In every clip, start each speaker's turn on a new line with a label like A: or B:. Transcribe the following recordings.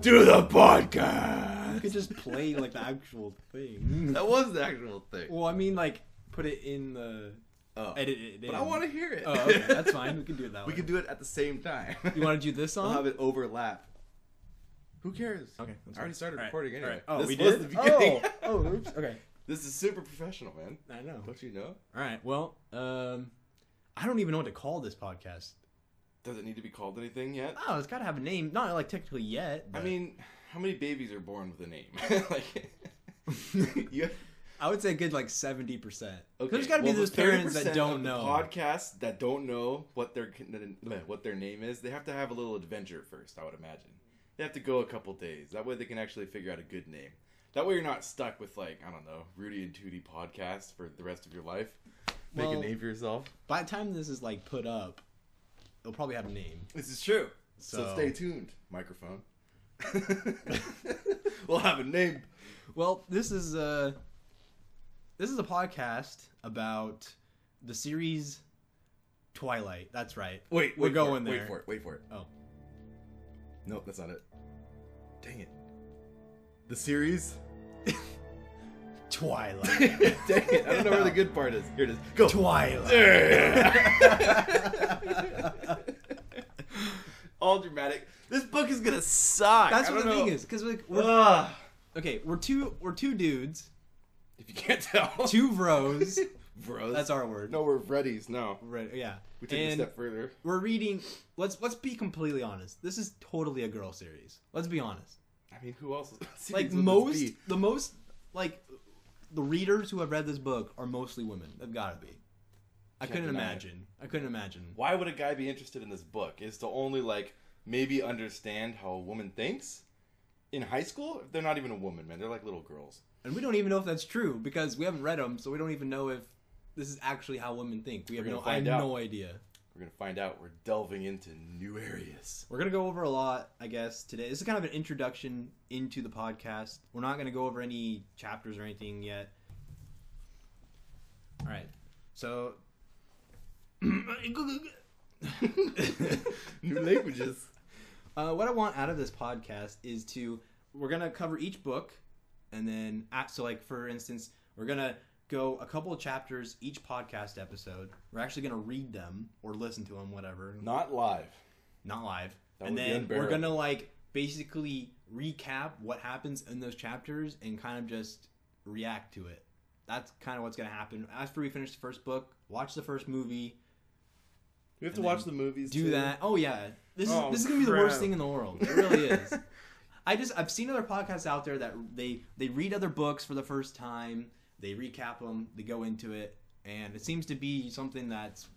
A: do the podcast.
B: You could just play like the actual thing.
A: That was the actual thing.
B: Well, I mean, like put it in the
A: Oh.
B: edit it.
A: But I
B: in.
A: want to hear it.
B: Oh, okay, that's fine. We can do it that
A: We
B: way.
A: can do it at the same time.
B: You want to do this
A: I'll
B: song?
A: have it overlap. Who cares?
B: Okay,
A: I
B: that's
A: already
B: fine.
A: started
B: All right,
A: recording
B: all
A: anyway.
B: right. Oh,
A: This
B: we
A: was
B: did.
A: the beginning.
B: Oh, oh, oops. Okay.
A: This is super professional, man.
B: I know.
A: Don't you know?
B: All right. Well, um, I don't even know what to call this podcast.
A: Does it need to be called anything yet?
B: Oh, it's got to have a name. Not like technically yet.
A: I
B: but-
A: mean, how many babies are born with a name? like, you have,
B: I would say a good like seventy percent.
A: okay,
B: There's got to
A: well,
B: be
A: the
B: those parents
A: 30%
B: that
A: of
B: don't
A: the
B: know.
A: podcasts that don't know what their what their name is. They have to have a little adventure first, I would imagine. They have to go a couple days. That way, they can actually figure out a good name. That way, you're not stuck with like I don't know Rudy and Tootie podcast for the rest of your life. Make
B: Well-
A: a name for yourself.
B: By the time this is like put up, it'll probably have a name.
A: This is true. So,
B: So-
A: stay tuned. Microphone. we'll have a name.
B: Well, this is a this is a podcast about the series Twilight. That's right.
A: Wait,
B: We're
A: wait
B: going
A: for it,
B: there.
A: Wait for it. Wait for it.
B: Oh,
A: No, that's not it. Dang it. The series?
B: Twilight.
A: Dang it. I don't know where the good part is. Here it is. Go.
B: Twilight.
A: All dramatic. This book is gonna suck.
B: That's
A: I
B: what the
A: don't
B: thing
A: know.
B: is, because like we're
A: Ugh.
B: okay, we're two we're two dudes,
A: If you can't tell.
B: two bros.
A: bros.
B: that's our word.
A: No, we're Freddy's. No.
B: Right? Yeah.
A: We take it a
B: And
A: step further.
B: we're reading. Let's let's be completely honest. This is totally a girl series. Let's be honest.
A: I mean, who else?
B: like
A: series would this
B: most
A: be?
B: the most like the readers who have read this book are mostly women they've got to be i
A: Can't
B: couldn't
A: deny it.
B: imagine i couldn't imagine
A: Why would a guy be interested in this book? Is to only like maybe understand how a woman thinks in high school? They're not even a woman, man. They're like little girls.
B: and we don't even know if that's true because we haven't read them so we don't even know if this is actually how women think we have
A: gonna
B: no i have
A: find out.
B: no idea
A: We're gonna find out. We're delving into new areas.
B: we're gonna go over a lot i guess today this is kind of an introduction into the podcast we're not gonna go over any chapters or anything yet all right so
A: new languages.
B: Uh, what I want out of this podcast is to we're gonna cover each book, and then at, so like for instance, we're gonna go a couple of chapters each podcast episode. We're actually gonna read them or listen to them, whatever,
A: Not live.
B: not live.
A: That
B: and
A: would be
B: then we're
A: unbearable.
B: gonna like basically recap what happens in those chapters and kind of just react to it. That's kind of what's gonna happen after we finish the first book. Watch the first movie.
A: We have to
B: And
A: watch the movies.
B: do
A: too.
B: that. Oh yeah, this is
A: Oh,
B: this is gonna be the worst
A: crap.
B: thing in the world. It really is. I just I've seen other podcasts out there that they they read other books for the first time, they recap them, they go into it, and it seems to be something that's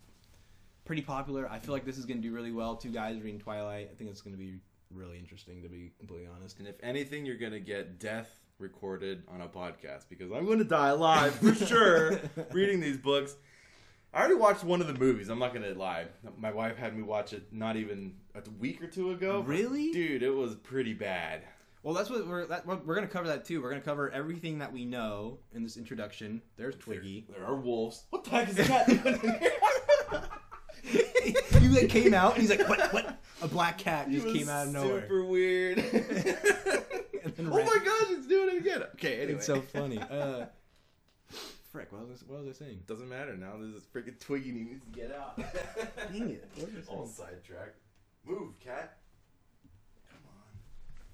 B: pretty popular. I feel like this is gonna do really well. Two guys reading Twilight. I think it's gonna be really interesting to be completely honest.
A: And if anything, you're gonna get death recorded on a podcast because I'm gonna die live for sure reading these books. I already watched one of the movies. I'm not gonna lie. My wife had me watch it not even a week or two ago.
B: Really?
A: Dude, it was pretty bad.
B: Well, that's what we're that, we're we're gonna cover that too. We're gonna cover everything that we know in this introduction. There's Twiggy.
A: There are wolves. What the heck is that doing in here?
B: you like came out and he's like, what? What? A black cat
A: It
B: just
A: was
B: came out of nowhere.
A: Super weird.
B: then
A: oh
B: ran.
A: my gosh, it's doing it again. Okay, anyway.
B: It's so funny. Uh, frick, what was, I, what was I saying?
A: Doesn't matter now. This is freaking Twiggy needs to get out.
B: Dang it, what was I
A: All
B: saying?
A: sidetracked. Move, cat. Come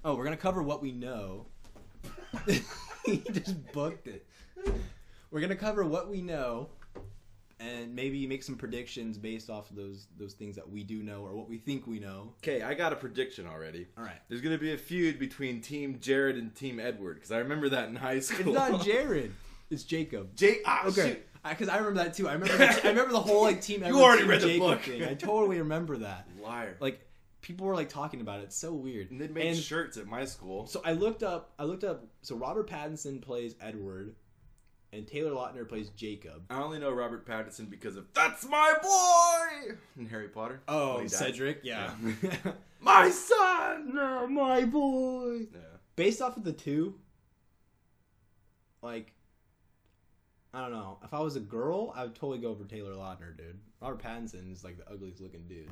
B: Oh, we're gonna cover what we know. he just booked it.
A: on.
B: We're gonna cover what we know, and maybe make some predictions based off of those those things that we do know or what we think we know.
A: Okay, I got a prediction already.
B: All right.
A: There's gonna be a feud between Team Jared and Team Edward because I remember that in high school.
B: It's not Jared. It's Jacob.
A: Jake. Ah,
B: Okay.
A: shoot.
B: Because I, remember that too. I remember. The, I remember the whole like team. Edward,
A: already
B: Team
A: read the
B: Jacob
A: book.
B: Thing. I totally remember that.
A: Liar.
B: Like people were like talking about it. It's so weird.
A: and they made
B: And-
A: shirts at my school.
B: So I looked up. I looked up. So Robert Pattinson plays Edward, and Taylor Lautner plays Jacob.
A: I only know Robert Pattinson because of "That's my boy" in Harry Potter.
B: Oh,
A: when he died. My son. No, my boy. Yeah.
B: Based off of the two, like, I don't know. If I was a girl, I would totally go for Taylor Lautner, dude. Robert Pattinson is like the ugliest looking dude,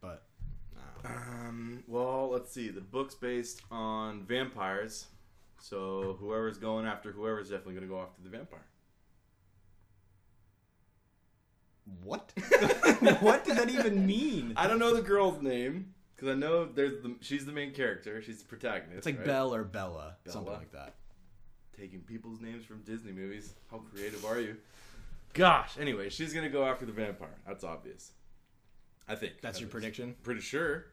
B: but I don't know.
A: Um, well, let's see. The book's based on vampires, so whoever's going after whoever's definitely going to go after the vampire.
B: What? what did that even mean?
A: I don't know the girl's name because I know there's the she's the main character. She's the protagonist.
B: It's like
A: right?
B: Belle or Bella, something
A: Bella.
B: like that.
A: taking people's names from Disney movies. How creative are you? Gosh. Anyway, she's going to go after the vampire. That's obvious. I think
B: That's
A: At
B: your
A: least.
B: prediction.
A: Pretty sure.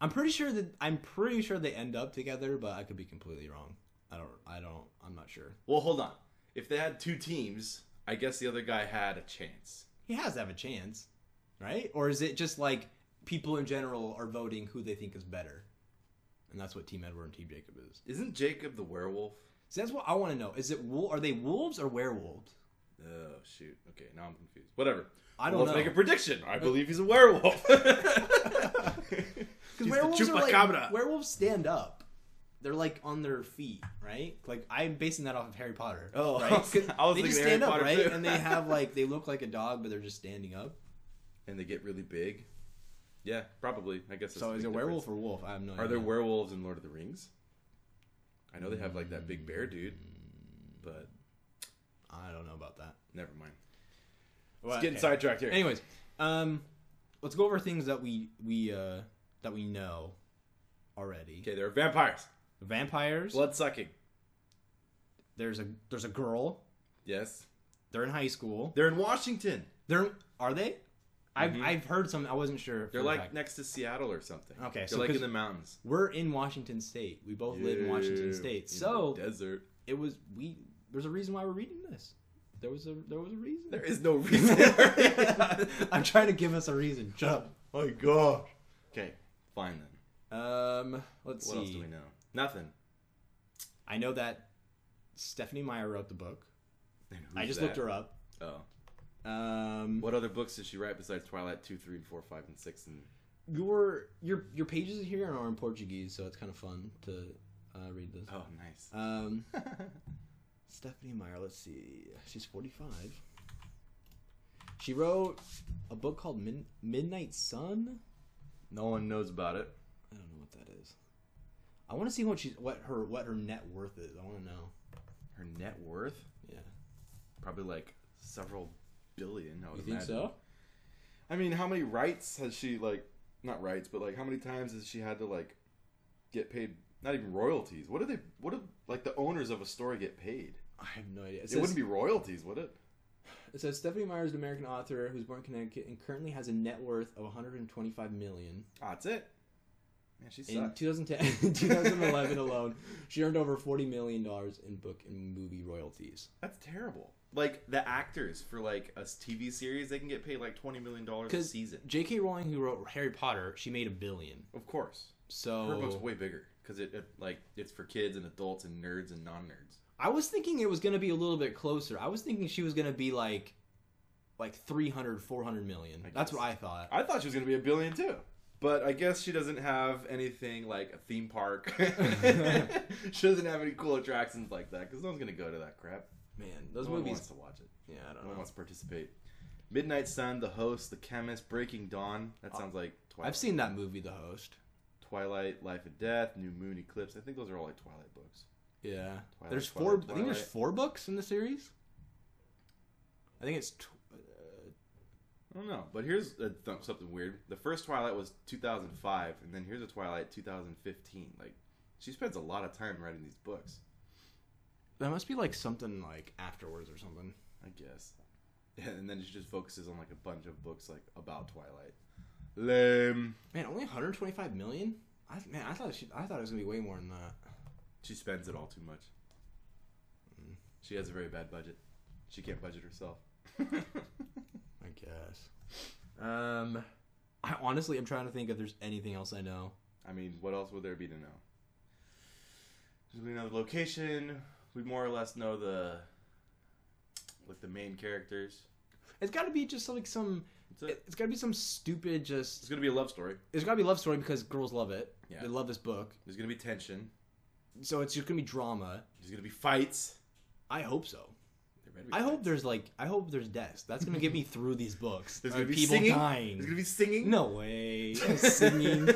B: I'm pretty sure that I'm pretty sure they end up together, but I could be completely wrong. I don't. I don't. I'm not sure.
A: Well, hold on. If they had two teams, I guess the other guy had a chance.
B: He has to have a chance, right? Or is it just like people in general are voting who they think is better, and that's what Team Edward and Team Jacob is.
A: Isn't Jacob the werewolf?
B: See, that's what I want to know. Is it wolf? Are they wolves or werewolves?
A: Oh shoot. Okay, now I'm confused. Whatever.
B: I don't
A: Well,
B: know.
A: Let's make a prediction. I believe he's a werewolf.
B: Because werewolves are like werewolves stand up. They're like on their feet, right? Like I'm basing that off of Harry Potter.
A: Oh,
B: right?
A: I was
B: 'Cause
A: thinking
B: they just
A: Harry
B: stand up,
A: Potter,
B: right?
A: too.
B: And they have like they look like a dog, but they're just standing up.
A: and they get really big. Yeah, probably. I guess. that's
B: So
A: the
B: is
A: big
B: it werewolf
A: difference.
B: or wolf? I have no idea.
A: Are there werewolves in Lord of the Rings? I know they have like that big bear
B: Mm.
A: dude, but
B: I don't know about that.
A: never mind.
B: Well,
A: It's getting
B: okay.
A: sidetracked here.
B: Anyways, um, let's go over things that we we uh that we know already.
A: Okay, there are vampires,
B: Vampires.
A: blood sucking.
B: There's a there's a girl.
A: Yes,
B: They're in high school.
A: they're in Washington.
B: They're are they? I've
A: Mhm.
B: I've heard some. I wasn't sure.
A: They're
B: for a
A: like
B: fact.
A: next to Seattle or something.
B: Okay,
A: they're
B: so
A: like
B: 'cause-
A: in the mountains.
B: we're in Washington State. We both live in Washington
A: Yeah,
B: State.
A: in
B: So
A: the desert.
B: it was we there's a reason why we're reading this. There was a there was a reason.
A: There is no reason.
B: I'm trying to give us a reason. Shut up.
A: My gosh. Okay, fine then.
B: Um let's
A: What
B: see.
A: else do we know? Nothing.
B: I know that Stephanie Meyer wrote the book.
A: And
B: I
A: who's
B: just looked
A: that?
B: her up.
A: Oh.
B: Um
A: What other books did she write besides Twilight 2, 3, and 4, 5, and 6? And...
B: your your your pages here are in Portuguese, so it's kind of fun to uh, read this.
A: Oh, nice.
B: Um Stephanie Meyer, let's see. She's 45. She wrote a book called Min- Midnight Sun.
A: no one knows about it.
B: I don't know what that is. I want to see what she's what her what her net worth is. I want to know.
A: Her net worth?
B: Yeah.
A: Probably like several billion, I would
B: You think
A: imagine.
B: so?
A: I mean, how many rights has she, like, not rights, but like how many times has she had to, like, get paid? Not even royalties. What do they, what do, like, the owners of a store get paid?
B: I have no idea. It,
A: it
B: says,
A: wouldn't be royalties, would it?
B: it says Stephanie Meyer is an American author who's born in Connecticut and currently has a net worth of 125 million.
A: Ah, that's it. Man, she
B: In
A: sucks.
B: 2010, 2011 alone, she earned over 40 million dollars in book and movie royalties.
A: That's terrible. Like the actors for like a s- TV series, they can get paid like twenty million dollars a
B: Because
A: season.
B: J.K. Rowling, who wrote Harry Potter, she made a billion.
A: Of course,
B: So
A: her book's way bigger because it, it like it's for kids and adults and nerds and non-nerds.
B: I was thinking it was going to be a little bit closer. I was thinking she was going to be like like 300 400 million.
A: I
B: That's
A: guess.
B: what I thought.
A: I thought she was gonna be a billion too, but I guess she doesn't have anything like a theme park. she doesn't have any cool attractions like that because no one's gonna go to that crap.
B: Man, those
A: no one
B: movies Oh.
A: wants to watch it.
B: Yeah, I don't
A: No one
B: know.
A: wants to participate. Midnight Sun, The Host, The Chemist, Breaking Dawn. That sounds like Twilight.
B: Uh, I've seen that movie The Host.
A: Twilight, Life of Death, New Moon, Eclipse. I think those are all like Twilight books.
B: Yeah.
A: Twilight,
B: there's
A: Twilight,
B: four I think there's
A: Twilight.
B: four books in the series. I think it's tw- uh,
A: I don't know, but here's a th- something weird. The first Twilight was 2005, and then here's a Twilight 2015. Like, she spends a lot of time writing these books,
B: that must be like something like afterwards or something.
A: I guess. And then she just focuses on like a bunch of books like about Twilight. Lame.
B: Man, only 125 million? I man, I thought she, I thought it was going to be way more than that.
A: She spends it all too much. She has a very bad budget. She can't budget herself.
B: I guess. Um I honestly am trying to think if there's anything else I know.
A: I mean, what else would there be to know? Just we know the location. We more or less know the like the main characters.
B: It's got to be just like some.
A: That's it.
B: It, has got to be some stupid.
A: It's
B: Just
A: gonna be a love story.
B: it's got to be a love story because girls love it.
A: Yeah.
B: They love this book,
A: There's gonna be tension.
B: so it's just gonna be drama.
A: There's gonna be fights.
B: I hope so.
A: There That'd be
B: I
A: fun.
B: hope there's like I hope there's deaths. That's gonna get me through these books.
A: There's
B: of
A: gonna be
B: people
A: singing.
B: dying.
A: There's gonna be singing.
B: No way. No singing.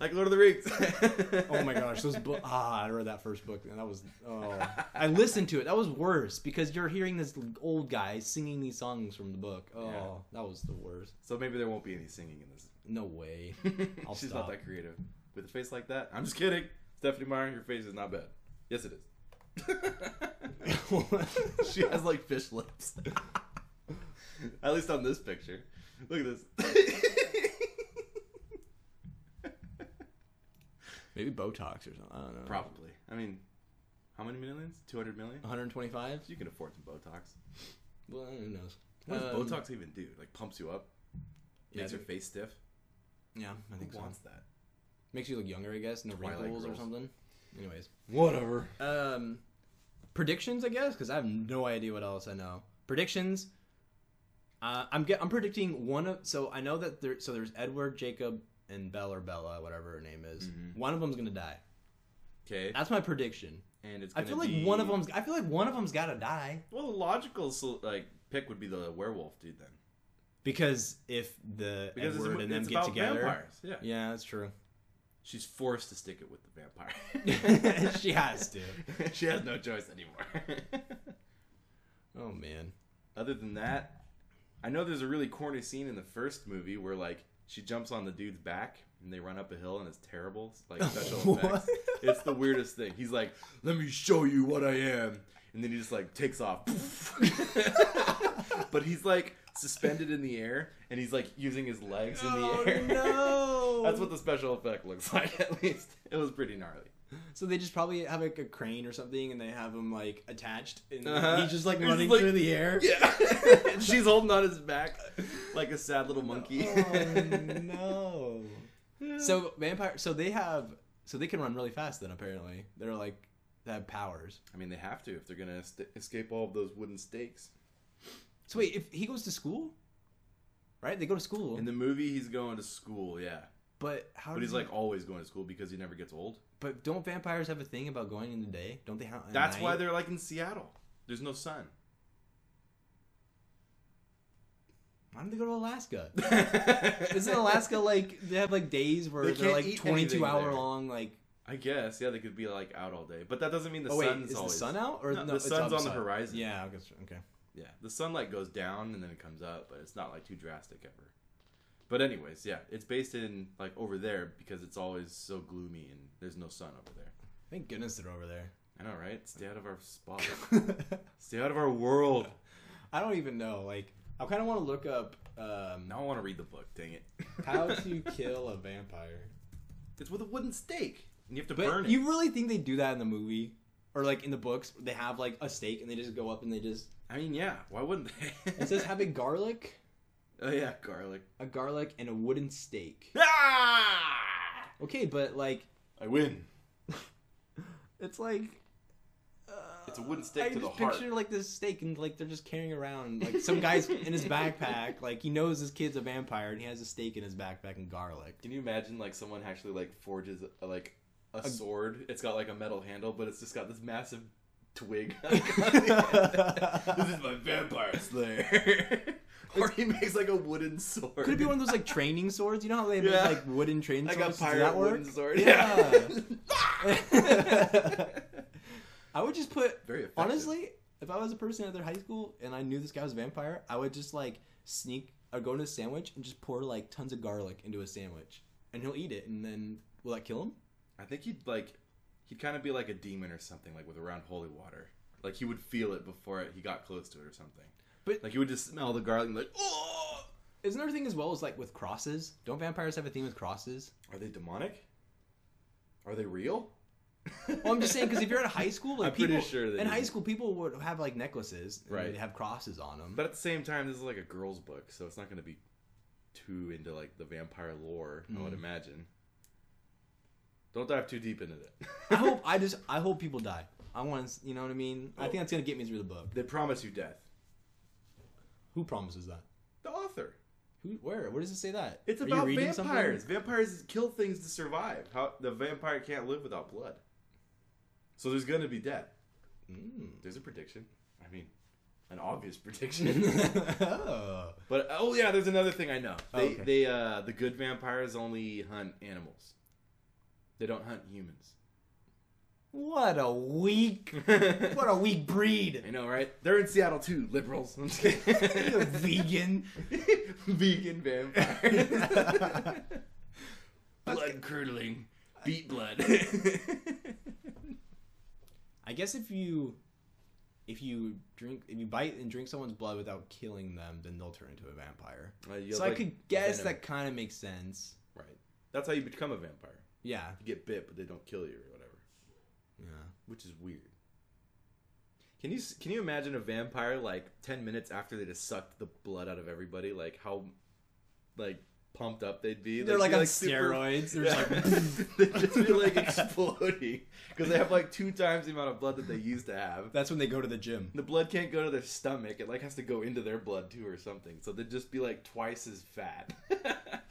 A: like Lord of the Rings.
B: oh my gosh, those book. Ah, I read that first book, and that was. Oh, I listened to it. That was worse because you're hearing this old guy singing these songs from the book. Oh,
A: Yeah.
B: that was the worst.
A: So maybe there won't be any singing in this.
B: No way. I'll
A: She's
B: stop.
A: not that creative. With a face like that, I'm just kidding. Stephanie Meyer, your face is not bad. Yes, it is. she has like fish lips. At least on this picture. Look at this.
B: Maybe Botox or something. I don't know.
A: Probably. I mean, how many millions? Two hundred million?
B: 125.
A: You can afford some Botox.
B: Well, who knows?
A: What does
B: Um,
A: Botox even do? Like pumps you up,
B: Yeah,
A: makes
B: I
A: your face stiff.
B: Yeah, I think
A: Who
B: so.
A: wants that?
B: Makes you look younger, I guess. No
A: Twilight
B: wrinkles or
A: girls.
B: something. Anyways,
A: Whatever.
B: um, predictions, I guess, because I have no idea what else I know. Predictions. Uh, I'm get, I'm predicting one of so I know that there so there's Edward, Jacob, and Belle or Bella, whatever her name is.
A: Mhm.
B: One of them's gonna die.
A: Okay.
B: That's my prediction.
A: And it's.
B: I
A: Gonna
B: feel like
A: be-
B: one of them's I feel like one of them's gotta die
A: Well, the logical so, like pick would be the werewolf dude then,
B: because if the
A: because
B: Edward
A: it's,
B: and them
A: it's
B: get
A: about
B: together,
A: vampires. Yeah.
B: yeah, that's true.
A: She's forced to stick it with the vampire.
B: she has to.
A: she has no choice anymore.
B: Oh man.
A: Other than that, I know there's a really corny scene in the first movie where like she jumps on the dude's back and they run up a hill and it's terrible. Like special
B: What?
A: effects. It's the weirdest thing. He's like, "Let me show you what I am," and then he just like takes off. but he's like suspended in the air and he's like using his legs in the air.
B: Oh, no.
A: Oh, That's what the special effect looks like. At least it was pretty gnarly.
B: So they just probably have like a crane or something, and they have him like attached, and
A: Uh-huh.
B: he's just like
A: He's
B: running
A: like-
B: through the air.
A: Yeah, she's holding on his back like a sad little monkey.
B: Oh no!
A: Yeah.
B: so vampire. So they have. So they can run really fast. Then apparently they're like they have powers.
A: I mean, they have to if they're gonna st- escape all of those wooden stakes.
B: So wait, if he goes to school, right? They go to school,
A: In the movie, he's going to school, yeah,
B: but how?
A: but
B: do
A: he's
B: they-
A: like always going to school because he never gets old.
B: but don't vampires have a thing about going in the day? Don't they have? at
A: That's
B: night?
A: why they're like in Seattle. There's no sun.
B: Why don't they go to Alaska?
A: Isn't
B: Isn't Alaska like they have like days where
A: They
B: they are
A: can't
B: like
A: eat
B: twenty-two
A: anything
B: hour
A: there.
B: long like?
A: I guess yeah, they could be like out all day, but that doesn't mean the
B: oh wait,
A: sun's
B: is
A: always.
B: the sun out or
A: No,
B: no,
A: the
B: it's
A: sun's on the
B: upside.
A: horizon.
B: Yeah, I guess, okay.
A: Yeah, the sunlight goes down and then it comes up, but it's not like too drastic ever. But anyways, yeah, it's based in like over there because it's always so gloomy and there's no sun over there.
B: Thank goodness they're over there.
A: I know, right? Stay out of our spot. Stay out of our world.
B: I don't even know. Like, I kind of want to look up um,
A: Now I want to read the book. Dang it!
B: how to kill a vampire.
A: It's with a wooden stake, and you have to
B: But
A: burn it.
B: you really think they do that in the movie, or like in the books? They have like a stake and they just go up and they just.
A: I mean, yeah. Why wouldn't they?
B: It says have a garlic,
A: oh yeah, garlic.
B: a garlic, and a wooden stake.
A: Ah!
B: Okay, but like
A: I win.
B: it's like. Uh,
A: It's a wooden stake
B: I
A: to the
B: just
A: heart.
B: picture like this stake, and like they're just carrying around like some guy's in his backpack. Like he knows his kid's a vampire, and he has a stake in his backpack and garlic.
A: Can you imagine like someone actually like forges uh, like a, sword? It's got like a metal handle, but it's just got this massive twig. this is my vampire slayer. or he makes like a wooden sword.
B: Could it be one of those like training swords? You know how they make
A: Yeah.
B: like wooden training
A: like a
B: swords? Does
A: pirate
B: that work?
A: wooden sword?
B: Yeah.
A: Yeah.
B: I would just put
A: Very effective.
B: honestly, if I was a person at their high school and I knew this guy was a vampire, I would just like sneak or go into a sandwich and just pour like tons of garlic into a sandwich, and he'll eat it, and then will that kill him?
A: I think he'd like he'd kind of be like a demon or something, like with around holy water. Like he would feel it before it, he got close to it or something.
B: But-
A: like he would just smell the garlic and be like, oh,
B: Isn't there a thing as well as like with crosses? Don't vampires have a thing with crosses?
A: are they demonic? Are they real?
B: Well, I'm just saying because if you're at a high school, like
A: I'm pretty
B: people
A: sure they
B: in
A: do.
B: high school people would have like necklaces, and
A: Right.
B: They'd have crosses on them.
A: But at the same time, this is like a girl's book, so it's not going to be too into like the vampire lore. I
B: Mm-hmm.
A: would imagine. Don't dive too deep into
B: I
A: that.
B: hope I just I hope people die. I want to, you know what I mean. I think that's gonna get me through the book.
A: they promise you death.
B: Who promises that?
A: The author.
B: Who? Where? Where does it say that?
A: It's
B: Are you
A: about
B: reading
A: vampires.
B: something?
A: Vampires kill things to survive. How the vampire can't live without blood. So there's gonna be death.
B: Mm.
A: There's a prediction. I mean, an obvious prediction.
B: oh.
A: but oh yeah, there's another thing I know.
B: Oh,
A: They
B: okay.
A: they uh the good vampires only hunt animals. They don't hunt humans.
B: What a weak, what a weak
A: I
B: breed.
A: know, right? They're in Seattle too, liberals. I'm just kidding.
B: Vegan.
A: Vegan vampire. blood curdling. Beat blood.
B: I guess if you, if you drink, if you bite and drink someone's blood without killing them, then they'll turn into a vampire. so I could guess that kind of makes sense.
A: Right. That's how you become a vampire.
B: Yeah.
A: You get bit, but they don't kill you or whatever,
B: Yeah.
A: which is weird. Can you s- can you imagine a vampire like ten minutes after they just sucked the blood out of everybody? Like how, like pumped up they'd be.
B: They're like
A: be,
B: on
A: super-
B: steroids. They're
A: Yeah.
B: just like.
A: They'd just be like exploding because they have like two times the amount of blood that they used to have.
B: That's when they go to the gym.
A: The blood can't go to their stomach; it like has to go into their blood too, or something. So they'd just be like twice as fat.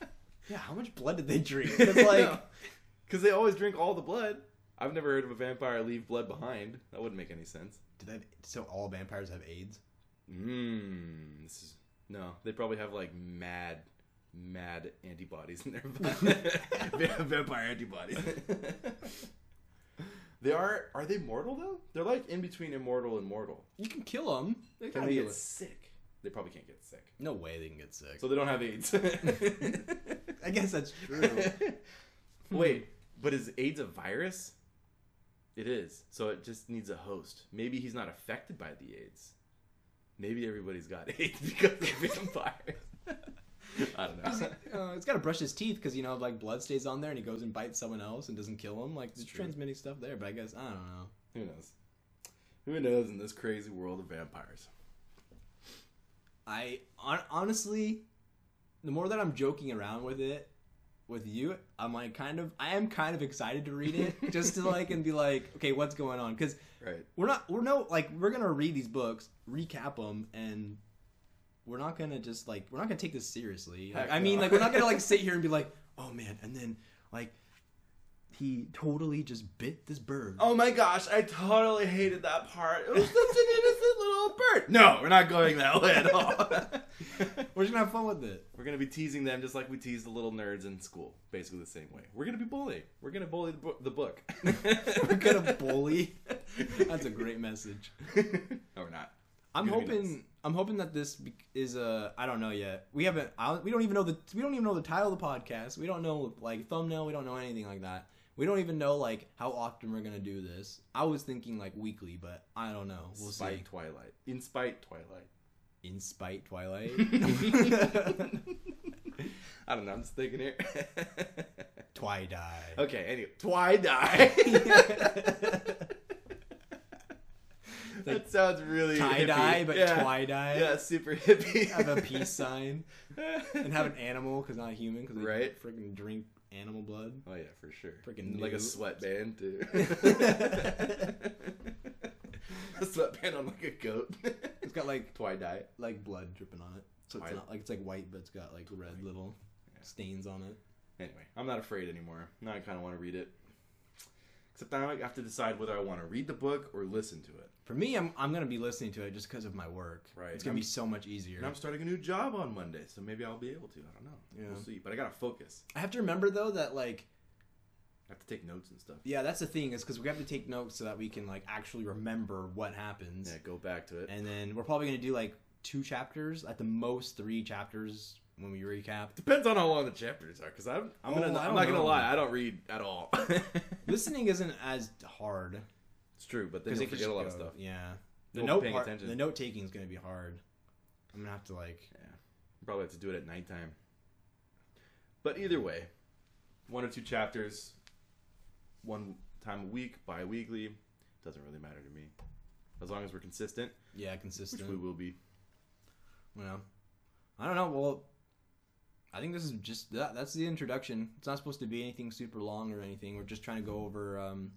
B: Yeah, how much blood did they drink? It's like,
A: because they always drink all the blood. I've never heard of a vampire leave blood behind. That wouldn't make any sense.
B: did that, so all vampires have AIDS?
A: Mmm. This is no. They probably have like mad, mad antibodies in their blood. vampire antibodies. they are. Are they mortal though? They're like in between immortal and mortal.
B: You can kill them. They
A: Can
B: gotta
A: they
B: be
A: get
B: li-
A: sick? They probably can't get sick.
B: No way they can get sick.
A: So they don't have AIDS.
B: I guess that's true.
A: Wait, but is AIDS a virus? It is. So it just needs a host. Maybe he's not affected by the AIDS. Maybe everybody's got AIDS because of vampires. I don't know.
B: uh, it's got to brush his teeth because you know, like blood stays on there, and he goes and bites someone else and doesn't kill him. Like, there's
A: True.
B: transmitting stuff there, but I guess I don't know.
A: Who knows? Who knows in this crazy world of vampires?
B: I hon- honestly, the more that I'm joking around with it, with you, I'm like kind of, I am kind of excited to read it just to like and be like, okay, what's going on? Because
A: Right.
B: we're not we're no like we're gonna read these books recap them and we're not gonna just like we're not gonna take this seriously Like,
A: Heck
B: i mean
A: no.
B: like we're not gonna like sit here and be like oh man and then like he totally just bit this bird
A: Oh my gosh, I totally hated that part. It was such an innocent little bird. No, we're not going that way at all.
B: we're just gonna have fun with it
A: We're gonna be teasing them just like we tease the little nerds in school, basically the same way. We're gonna be bullying. We're gonna bully the, bo- the book.
B: we're gonna bully that's a great message
A: no, we're not.
B: i'm
A: Gonna be
B: hoping
A: nice.
B: i'm hoping that this be- is a i don't know yet we haven't I, don't- we don't even know the we don't even know the title of the podcast we don't know like thumbnail we don't know anything like that we don't even know like how often we're gonna do this i was thinking like weekly but i don't know we'll
A: spite Twilight. In spite Twilight.
B: see in spite twilight
A: I don't know. I'm just thinking here.
B: twilight
A: okay. Anyway, Twilight. that sounds really
B: tie dye
A: hippie.
B: but
A: yeah.
B: twilight
A: Yeah, super hippie.
B: have a peace sign and
A: and
B: have an animal because not a human because
A: Right.
B: freaking drink animal blood
A: Oh yeah, for sure.
B: Freaking
A: like a
B: noob.
A: sweatband too. a sweatband on like a goat.
B: it's got like
A: Twilight.
B: like blood dripping on it. So it's
A: White.
B: not like it's like white, but it's got like red little stains on it.
A: Anyway, I'm not afraid anymore. Now I kind of want to read it. Except now I have to decide whether I want to read the book or listen to it.
B: For me, I'm I'm gonna be listening to it just because of my work.
A: Right.
B: It's gonna
A: I'm-
B: be so much easier.
A: And I'm starting a new job on Monday, so maybe I'll be able to. I don't know.
B: Yeah.
A: We'll see. But I gotta focus.
B: I have to remember though that like
A: I have to take notes and stuff.
B: yeah, that's the thing is because we have to take notes so that we can like actually remember what happens.
A: Yeah, go back to it.
B: And then we're probably gonna do like two chapters at the most, three chapters when we recap.
A: Depends on how long the chapters are, because I'm I'm,
B: Oh,
A: gonna,
B: I
A: I'm
B: don't
A: not gonna
B: know.
A: lie, I don't read at all. it's
B: Listening isn't as hard
A: true, but then
B: because
A: you
B: it could
A: forget a lot of
B: go-
A: stuff.
B: Yeah. The
A: won't be
B: note
A: paying
B: part,
A: attention.
B: the note taking is gonna be hard. I'm gonna have to like
A: Probably have to do it at nighttime. But either way, one or two chapters, one time a week, bi-weekly, doesn't really matter to me. As long as we're consistent,
B: yeah
A: which
B: consistent.
A: we will be.
B: Well, I don't know. Well, I think this is just that, that's the introduction. It's not supposed to be anything super long or anything. We're just trying to go over um,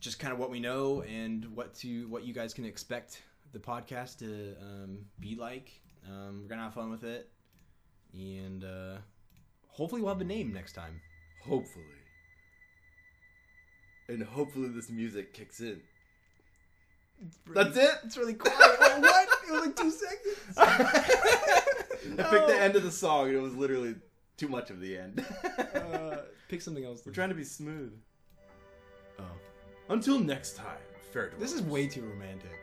B: just kind of what we know and what to what you guys can expect the podcast to um, be like. Um, we're gonna have fun with it, and uh, hopefully we'll have a name next time.
A: Hopefully. And hopefully this music kicks in. That's it?
B: It's really quiet. oh, what? It was like two seconds.
A: I picked the end of the song, and it was literally too much of the end.
B: Uh, pick something else.
A: We're trying to be smooth.
B: Oh.
A: Until next time, fair to
B: This is way too romantic.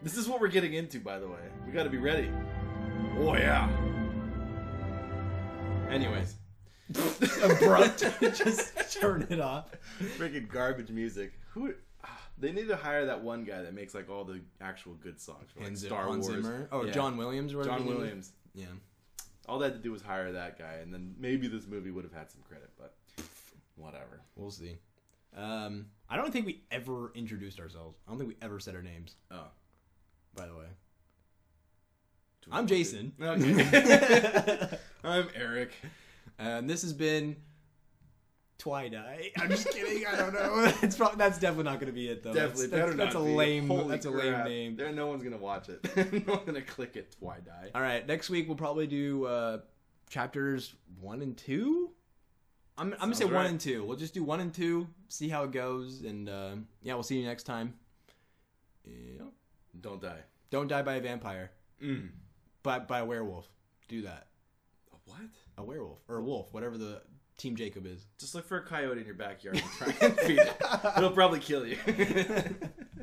A: This is what we're getting into, by the way. We gotta be ready. Oh, yeah. Anyways.
B: Abrupt. Just turn it off.
A: Freaking garbage music. Who? ah, They need to hire that one guy that makes like all the actual good songs for like
B: Hans-
A: Star
B: Hans
A: Wars.
B: Zimmer. Oh,
A: Yeah.
B: John Williams. Or whatever
A: John
B: his name is?
A: Williams.
B: Yeah.
A: All they had to do was hire that guy, and then maybe this movie would have had some credit, but whatever.
B: We'll see. Um, I don't think we ever introduced ourselves. I don't think we ever said our names.
A: Oh.
B: By the way,
A: Do we
B: I'm
A: want
B: Jason.
A: to- Okay. I'm Eric.
B: and Um, this has been Twilight. I'm just kidding. I don't know. It's probably, that's definitely not going to be it though.
A: Definitely
B: Oh, that's,
A: better
B: that's, that's
A: not
B: a
A: be.
B: lame.
A: Holy
B: that's a
A: crap.
B: lame name.
A: There, no one's gonna watch it. no one's gonna click it. Why die?
B: All right, next week we'll probably do uh, chapters one and two. I'm, I'm gonna say
A: Sounds
B: one
A: right.
B: and two. We'll just do one and two, see how it goes, and uh, yeah, we'll see you next time. Yeah.
A: Don't die.
B: Don't die by a vampire,
A: Mm.
B: but by a werewolf. Do that.
A: What?
B: A werewolf or a wolf, whatever the Team Jacob is.
A: Just look for a coyote in your backyard and try and feed it. It'll probably kill you.